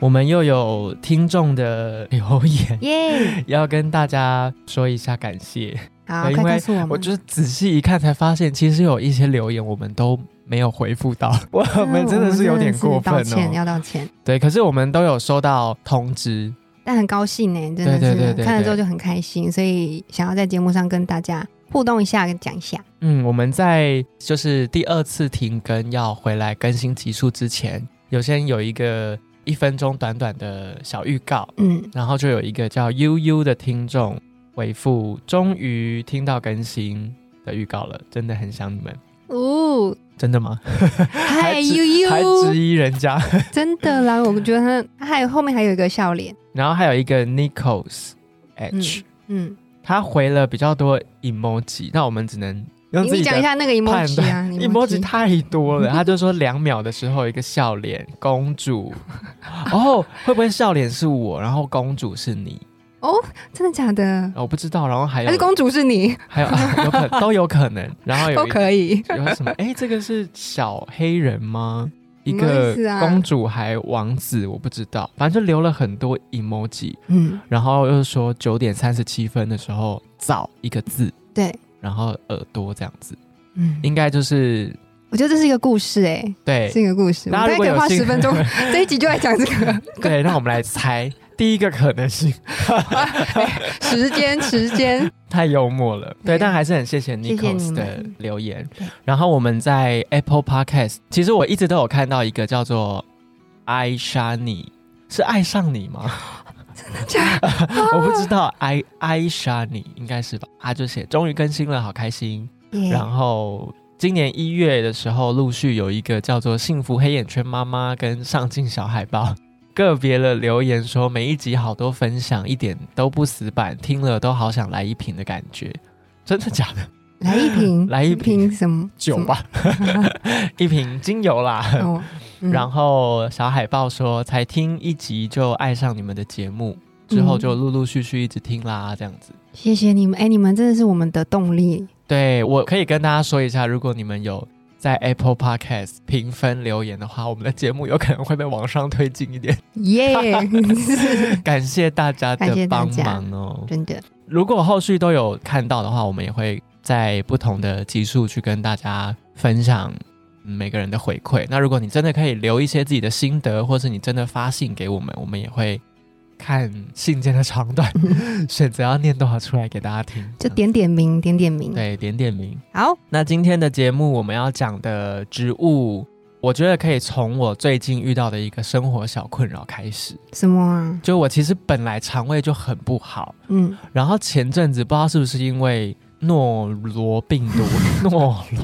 我们又有听众的留言， 耶！要跟大家说一下感谢。好，哎因快为告诉我我们，就是仔细一看才发现，其实有一些留言我们都没有回复到，我啊们真的是有点过分道歉，哦。要道歉。对，可是我们都有收到通知，但很高兴呢，真对对对的对是对看了之后就很开心，所以想要在节目上跟大家互动一下，跟讲一下。嗯，我们在就是第二次停更要回来更新集数之前，有先有一个一分钟短短的小预告，嗯，然后就有一个叫悠悠的听众回复，终于听到更新的预告了，真的很想你们，哦，真的吗？嗨质悠还悠质，疑人家， 真的啦，我觉得他还有后面还有一个笑脸，然后还有一个 Nichols H，、嗯，他回了比较多 emoji，那我们只能用自你己讲一的下那个判 emoji 啊断。emoji 太 多了，他就说两秒的时候一个笑脸，公主。哦，会不会笑脸是我，然后公主是你？真的假的？我不知道。然后还有还是公主是你 还有、啊、有可都有可能。然后有 都一可以，有什么？哎，这个是小黑人吗？一什么个意思啊公主还王子，我不知道，反正就留了很多 emoji，嗯，然后又说九点三十七分的时候造一个字，对，然后耳朵这样子，嗯，应该就是我觉得这是一个故事，哎，对是一个故事，我们大家大概如果可以有花兴十分钟， 这一集就在讲这个 对，让我们来猜第一个可能性，时间，时间， 太幽默了。对，对但还是很谢谢谢谢 Nichols 你们的留言对。然后我们在 Apple Podcast，其实我一直都有看到一个叫做“爱上你”，是爱上你 吗？假我不知道，爱爱上你应该是吧？他就写终于更新了，好开心。耶然后今年一月的时候，陆续有一个叫做“幸福黑眼圈妈妈”跟“上进小海报” 个别的留言说，每一集好多分享，一点都不死板，听了都好想来一瓶的感觉。真的假的？来一瓶， 来一瓶什么酒？吧， 一瓶精油啦。什 么哦，嗯然后小海报说，才听一集就爱上你们的节目，之后就陆陆续续一直听啦，这样子。嗯谢谢你们，哎，你们真的是我们的动力，对我可以跟大家说一下，如果你们有在 Apple Podcast 评分留言的话，我们的节目有可能会被往上推进一点。 耶， 感谢大家感谢的大帮家忙哦！真的，如果后续都有看到的话，我们也会在不同的集数去跟大家分享。嗯每个人的回馈。那如果你真的可以留一些自己的心得，或是你真的发信给我们，我们也会看信件的长 短，选择要念多少出来给大家听。就点点名，点点名，对点点名。好，那今天的节目我们要讲的植物，我觉得可以从我最近遇到的一个生活小困扰开始。什么啊？就我其实本来肠胃就很不好，嗯，然后前阵子不知道是不是因为诺罗 病毒、诺罗病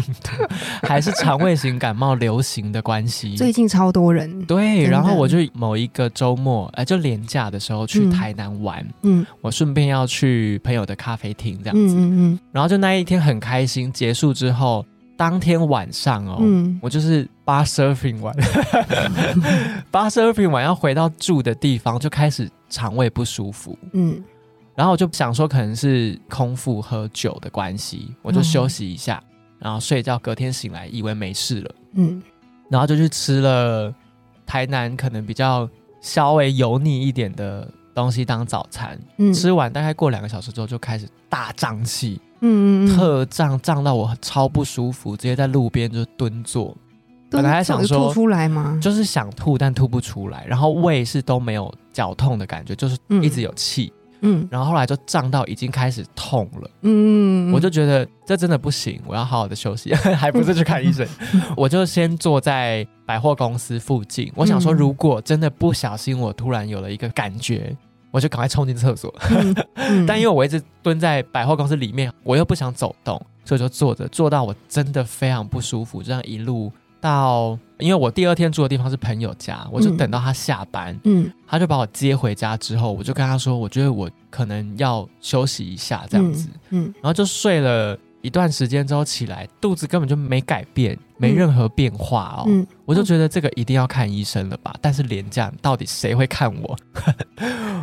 毒，还是肠胃型感冒流行的关系。最近超多人，对，真的然后我就某一个周末，哎、就廉假的时候去嗯台南玩，嗯我顺便要去朋友的咖啡厅这嗯样子。嗯然后就那一天很开心，结束之后，当天晚上哦，嗯我就是巴 surfing 完， 巴 surfing 完要回到住的地方，就开始肠胃不舒服，嗯嗯，然后我就想说可能是空腹喝酒的关系，我就嗯休息一下，然后睡觉，隔天醒来以为没事了，嗯，然后就去吃了台南可能比较稍微油腻一点的东西当早餐，嗯吃完大概过两个小时之后就开始大胀气。嗯嗯嗯，特胀胀到我超不舒服，直接在路边就蹲坐，本来还想有说吐出来吗？就是想吐但吐不出来，然后胃是都没有绞痛的感觉，就是嗯一直有气，嗯然后后来就胀到已经开始痛了，嗯嗯，我就觉得这真的不行，我要好好的休息， 还不是去看医生，嗯我就先坐在百货公司附近，我想说嗯如果真的不小心我突然有了一个感觉，我就赶快冲进厕所，嗯，嗯 但因为我一直蹲在百货公司里面，我又不想走动，所以就坐着，坐到我真的非常不舒服，这样一路到，因为我第二天住的地方是朋友家，我就等到他下班，嗯他就把我接回家之后，我就跟他说，我觉得我可能要休息一下这样子，嗯然后就睡了一段时间之后起来，肚子根本就没改变，没任何变化哦。嗯，我就觉得这个一定要看医生了吧？但是廉价到底谁会看我？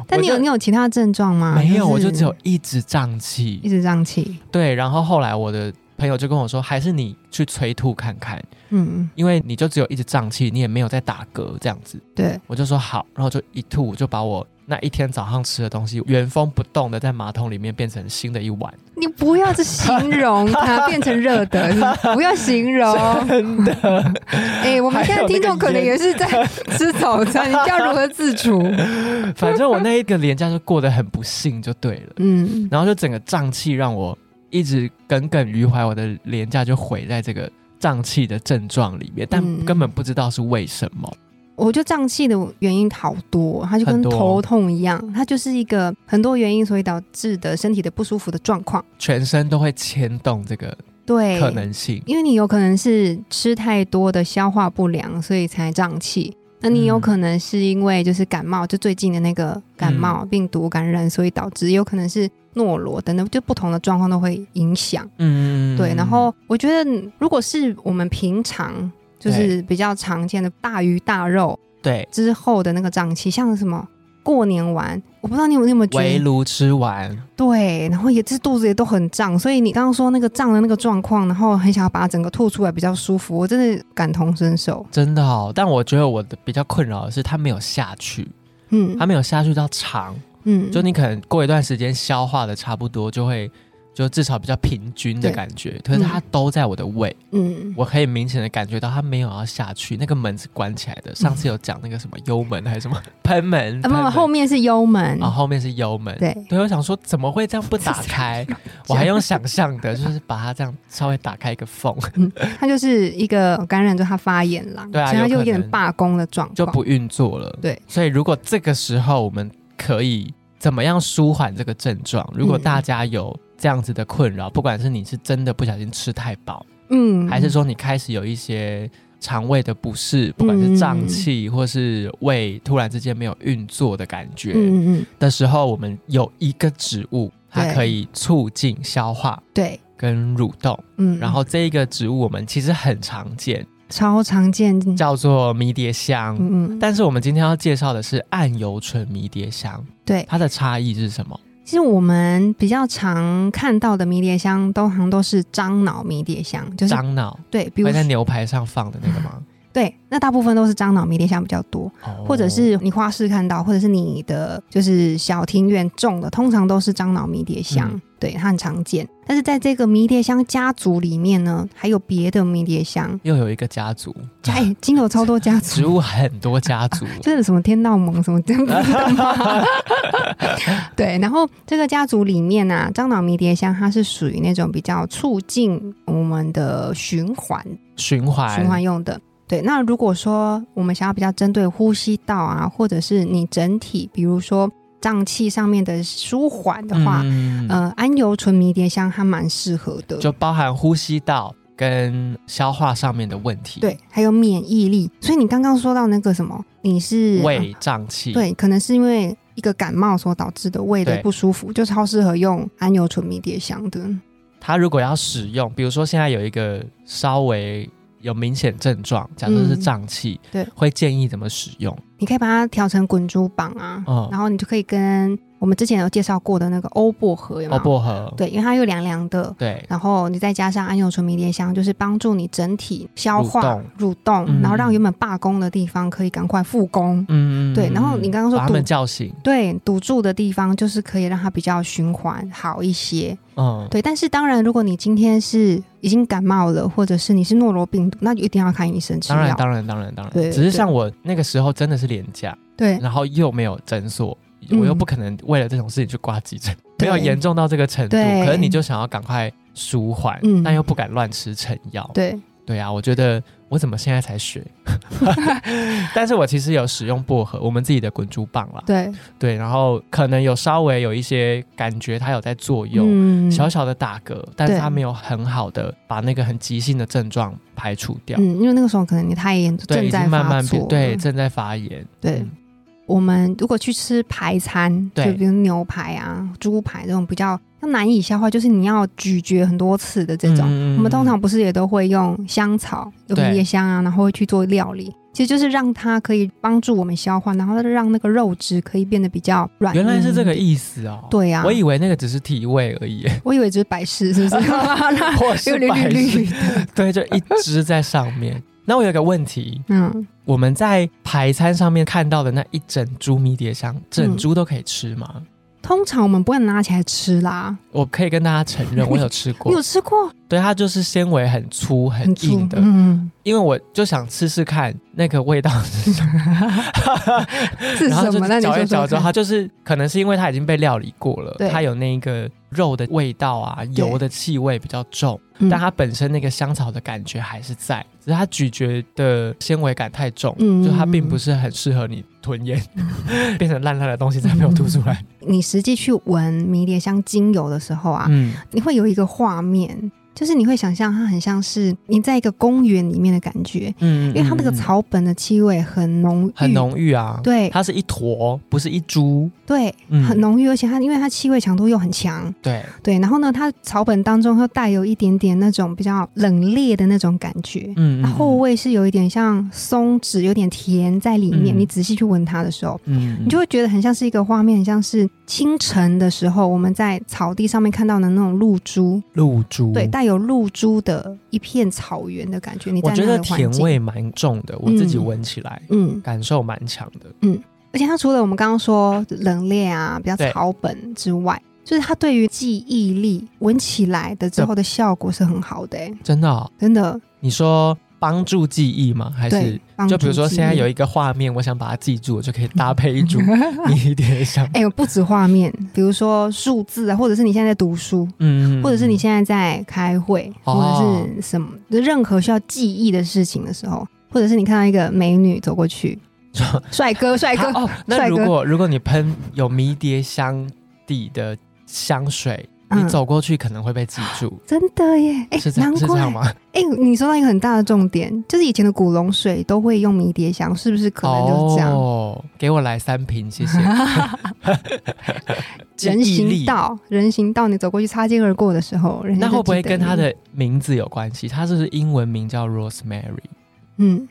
但你有我就你有其他症状吗？没有？我就是只有一直胀一气。直胀气，对，然后后来我的朋友就跟我说，还是你去催吐看看，嗯，因为你就只有一直胀气，你也没有在打嗝这样子。对，我就说好，然后我就一吐，我就把我那一天早上吃的东西原封不动的在马桶里面变成新的一碗。你不要去形容 它变成热的，你不要形容。真的， 哎、我们现在听众可能也是在 吃早餐，你要如何自处？反正我那一个廉价就过得很不幸就对了。嗯，然后就整个胀气让我一直耿耿于怀，我的廉价就毁在这个胀气的症状里面，但嗯根本不知道是为什么。我觉得胀气的原因好多，它就跟很多头痛一样，它就是一个很多原因所以导致的身体的不舒服的状况。全身都会牵动这个对，可能性，因为你有可能是吃太多的消化不良，所以才胀气。那你有可能是因为就是感冒，就最近的那个感冒嗯病毒感染，所以导致有可能是诺罗等等，就不同的状况都会影响。嗯对，然后我觉得如果是我们平常就是比较常见的大鱼大肉对之后的那个胀气，像什么过年完，我不知道你有你有没有觉围得炉吃完，对，然后也是肚子也都很胀，所以你刚刚说那个胀的那个状况，然后很想要把它整个吐出来比较舒服，我真的感同身受。真的哦。但我觉得我的比较困扰的是，它没有下去，嗯，它没有下去到肠，嗯，就你可能过一段时间消化的差不多，就会就至少比较平均的感觉。可是它都在我的胃。嗯，我可以明显的感觉到它没有要下去，那个门是关起来的。上次有讲那个什么幽门还是什么 喷门，嗯啊不喷不，门后面是幽门，啊后面是幽门。对，对，我想说怎么会这样 不打开？我还用想象的，就是把它这样稍微打开一个缝，它就是一个感染之后它发炎了，对啊所以它有就可有点能罢工的状况，就不运作了。对，所以如果这个时候我们可以怎么样舒缓这个症状？如果嗯大家有这样子的困扰，不管是你是真的不小心吃太饱，嗯，还是说你开始有一些肠胃的不嗯适，不管是胀气或是胃突然之间没有运作的感觉、嗯嗯嗯，的时候，我们有一个植物，它对可以促进消化对，跟蠕动。嗯，然后这一个植物我们其实很常见，超常见，叫做迷迭香。嗯嗯，但是我们今天要介绍的是暗油醇迷迭香，对，它的差异是什么？其实我们比较常看到的迷迭香都好像都是樟脑迷迭香，就是樟脑对，比如会在说牛哦排上放的那个 吗？对，那大部分都是樟脑迷迭香比较多。哦或者是你花市看到，或者是你的就是小庭院种的，通常都是樟脑迷迭香，嗯对，它很常见。但是在这个迷迭香家族里面呢，还有别的迷迭 香，又有一个家族，家、哎，金牛超多家 植族，物很多家 族，就是什么天道盟什么这样子的吗？对，然后这个家族里面啊，樟脑迷迭香它是属于那种比较促进我们的循环循环循环用的。对，那如果说我们想要比较针对呼吸道啊，或者是你整体，比如说胀气上面的舒缓的话，嗯呃，安油醇迷迭香还蛮适合的。就包含呼吸道跟消化上面的问题，，对，还有免疫力。所以你刚刚说到那个什么，你是胃胀气，呃对，可能是因为一个感冒所导致的胃的对不舒服，就超适合用安油醇迷迭香的。它如果要使用，比如说现在有一个稍微有明显症状，假设是胀气，嗯对会建议怎么使用？你可以把它调成滚珠棒啊，嗯然后你就可以跟我们之前有介绍过的那个欧薄荷有没哦，有？薄荷，对，因为它又凉凉的，对然后你再加上安油醇迷迭香，就是帮助你整体消化、蠕蠕动，嗯然后让原本罢工的地方可以赶快复工。嗯对然后你刚刚说把他肚们叫醒，对，堵住的地方就是可以让它比较循环好一些。嗯，对，但是当然，如果你今天是已经感冒了，或者是你是诺罗病毒，那就一定要看医生吃当然药。当然当然当然，对只是对像我那个时候真的是廉价，对，然后又没有诊所。嗯我又不可能为了这种事情去挂急诊，没有对严重到这个程度，对可是你就想要赶快舒缓，嗯但又不敢乱吃成药，对，对啊，我觉得我怎么现在 才学？但是我其实有使用薄荷，我们自己的滚珠棒啦，对，对，然后可能有稍微有一些感觉，它有在作用，嗯小小的打嗝，但是对它没有很好的把那个很急性的症状排除掉，嗯，因为那个时候可能你太严重，对，正已在经慢发慢变作，对嗯正在发炎，对嗯。我们如果去吃排餐，就对比如牛排啊、猪排这种比较难以消化，就是你要咀嚼很多次的这种，嗯嗯嗯我们通常不是也都会用香草、有对椰香啊，然后会去做料理，其实就是让它可以帮助我们消化，然后让那个肉质可以变得比较软。嗯原来是这个，意思哦，、对呀、啊，我以为那个只是提味而 已，我以为只是百事，是不 是？或又是绿绿百绿事，绿的， 对，就一只在上面。 那我有个问题，嗯，我们在排餐上面看到的那一整株迷迭香，嗯整株都可以吃吗？通常我们不会拿起来吃啦。我可以跟大家承 认，我有吃你有过，吃过？对，它就是纤维很粗很粗硬的， 嗯，因为我就想试试看那个味道 是什么，是然后什就么？那你嚼一说嚼说之后，看。它就是可能是因为它已经被料理过了对，它有那个肉的味道啊，油的气味比较重，嗯但它本身那个香草的感觉还是在，只是它咀嚼的纤维感太重，嗯就它并不是很适合你吞咽， 变成烂烂的东西再没有吐出来。你实际去闻迷迭香精油的时候啊，嗯，你会有一个画面，就是你会想象它很像是你在一个公园里面的感觉，嗯因为它那个嗯嗯草本的气味很浓郁，很浓郁啊，对它是一坨，不是一株，对，嗯很浓郁，而且它因为它气味强度又很强，对，对，然后呢，它草本当中又带有一点点那种比较冷冽的那种感觉。嗯它后，味是有一点像松脂，有点甜在里面。嗯你仔细去闻它的时候，嗯嗯你就会觉得很像是一个画面，很像是清晨的时候我们在草地上面看到的那种露珠，露珠，对，带有露珠的一片草原的感觉。你在我觉那得个甜环境，味蛮重的，我自己嗯闻起来、嗯，感受蛮强的。而且它除了我们刚刚说冷冽啊，比较对草本之外，就是它对于记忆力闻起来的之后的效果是很好的、欸，真的哦、真的。你说帮助记忆吗？还是对，帮就比如助说记现在忆有一个画面，我想把它记住，我就可以搭配一 株迷迭香。哎、不止画面，比如说数字啊，或者是你现在在读书，嗯或者是你现在在开会，哦或者是什么，就任何需要记忆的事情的时候，或者是你看到一个美女走过去， 说帅哥，帅哥，哦，那帅如哥果如果你喷有迷迭香底的香水，嗯你走过去可能会被记住，真的耶，哎、是这难样是这怪，样吗？哎、你说到一个很大的重点，就是以前的古龙水都会用迷迭香，是不是可能就是这样？哦，给我来三瓶，谢谢。 人 记忆力行，道，人行道，你走过去擦肩而过的时候，人家那就会不会记得跟它你？的名字有关系？它是不是英文名叫 Rosemary？嗯，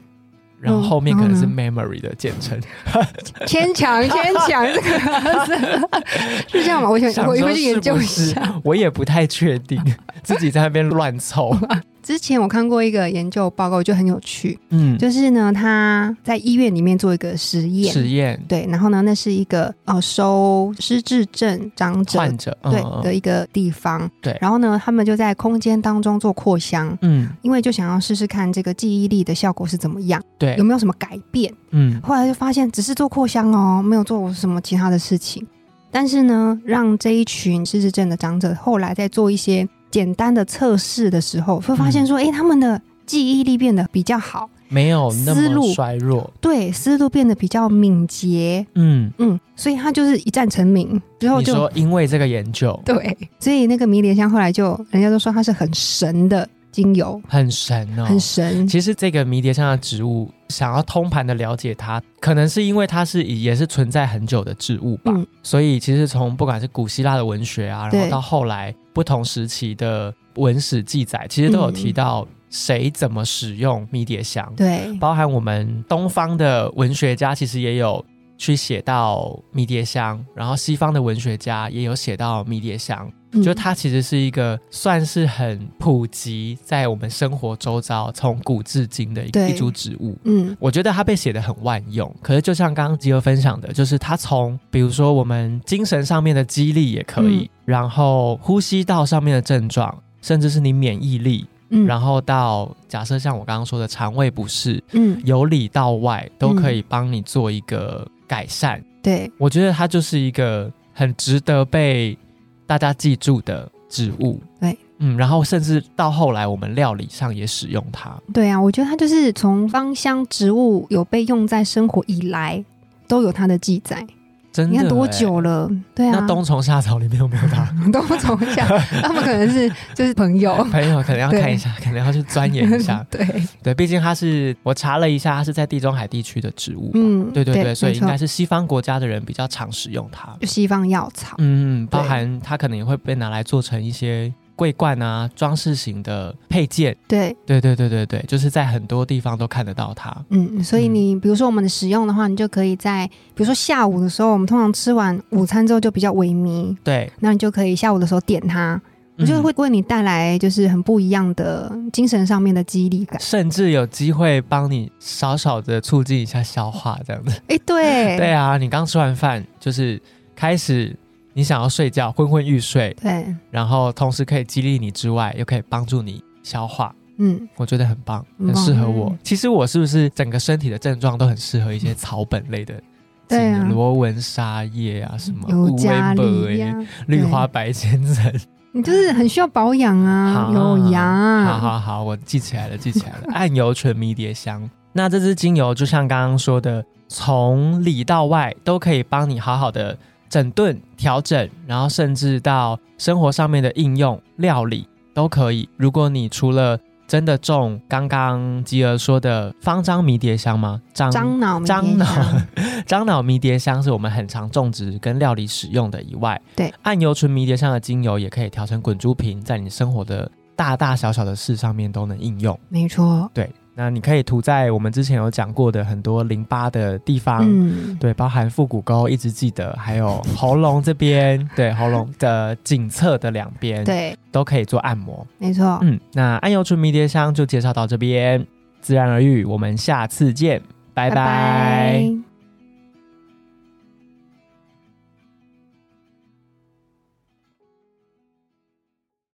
然后后面然后可能呢是 memory 的简称， 牵强，牵强，这 个是是这样吗？我想想我说回去研究一是不下。我也不太确 定，自己在那边乱凑。之前我看过一个研究报告，就很有趣，嗯，就是呢，他在医院里面做一个实验，实验对，然后呢，那是一个呃收失智症长者患者，嗯对嗯的一个地方，对然后呢，他们就在空间当中做扩香，嗯，因为就想要试试看这个记忆力的效果是怎么样，有嗯对，没有什么改变。嗯，后来就发现只是做扩香哦，没有做什么其他的事情。但是呢，让这一群失智症的长者后来在做一些简单的测试的时候，会发现说，嗯诶，他们的记忆力变得比较好，没有那思么路衰弱，对思路变得比较敏捷，嗯。嗯，所以他就是一战成名之后你就说因为这个研究对，所以那个迷迭香后来就人家都说它是很神的精油，很神哦，很神，其实这个迷迭香的植物，想要通盘的了解它，可能是因为它是也是存在很久的植物吧，嗯所以其实从不管是古希腊的文学啊，然对后到后来不同时期的文史记载，其实都有提到谁怎么使用迷迭香，嗯对，包含我们东方的文学家其实也有。去写到迷迭香，然后西方的文学家也有写到迷迭香，嗯就它其实是一个算是很普及在我们生活周遭，从古至今的一对一株植物。嗯我觉得它被写的很万用，可是就像刚刚吉儿分享的，就是它从比如说我们精神上面的激励也可以，嗯然后呼吸道上面的症状，甚至是你免疫力，嗯，然后到假设像我刚刚说的肠胃不适，嗯由里到外都可以帮你做一个改善。对，我觉得它就是一个很值得被大家记住的植物。对，嗯，然后甚至到后来我们料理上也使用它。对啊，我觉得它就是从芳香植物有被用在生活以来，都有它的记载。真的、欸你看多？久了？对啊，那啊冬虫夏草里面有没有 它？都不从下，他们可能是就是朋友。。朋友可能要看一下，可能要去钻研一 下对，对，毕竟它是我查了一下，它是在地中海地区的植物。嗯，对对对，所以没应错该是西方国家的人比较常使用它。就西方药草。嗯，包对含它可能也会被拿来做成一些桂冠啊、装饰型的配件。对，对对对对对，就是在很多地方都看得到它。嗯，所以嗯你比如说我们的使用的话，你就可以在比如说下午的时候，我们通常吃完午餐之后就比较萎靡，对，那你就可以下午的时候点它，我觉得嗯会为你带来就是很不一样的精神上面的激励感。甚至有机会帮你少少的促进一下消化，这样子。哎，对 对啊，你刚吃完饭，就是开始你想要睡觉，昏昏欲睡，对，然后同时可以激励你之外，又可以帮助你消化。嗯，我觉得很棒，很很棒适合我嗯。其实我是不是整个身体的症状都很适合一些草本类的技对能？啊罗纹沙叶啊，什么尤加乌利龟呀，绿花白千层。你就是很需要保养啊，好有牙，好好好，我记起来了，记起来了。 暗油醇迷迭香，那这支精油就像刚刚说的，从里到外都可以帮你好好的整顿、调整，然后甚至到生活上面的应用、料理都可以。如果你除了真的种刚刚吉儿说的方樟迷迭香吗？樟樟脑，樟脑迷迭香樟脑迷迭香是我们很常种植跟料理使用的以外，对暗油醇迷迭香的精油也可以调成滚珠瓶，在你生活的大大小小的事上面都能应用。没错，对，那你可以涂在我们之前有讲过的很多淋巴的地方。嗯，对，包含腹股沟，一直记得，还有喉咙这边，对，喉咙的颈侧的两边，，对，都可以做按摩。没错，嗯，那暗油醇迷迭香就介绍到这边，自然而愈，我们下次见，拜拜拜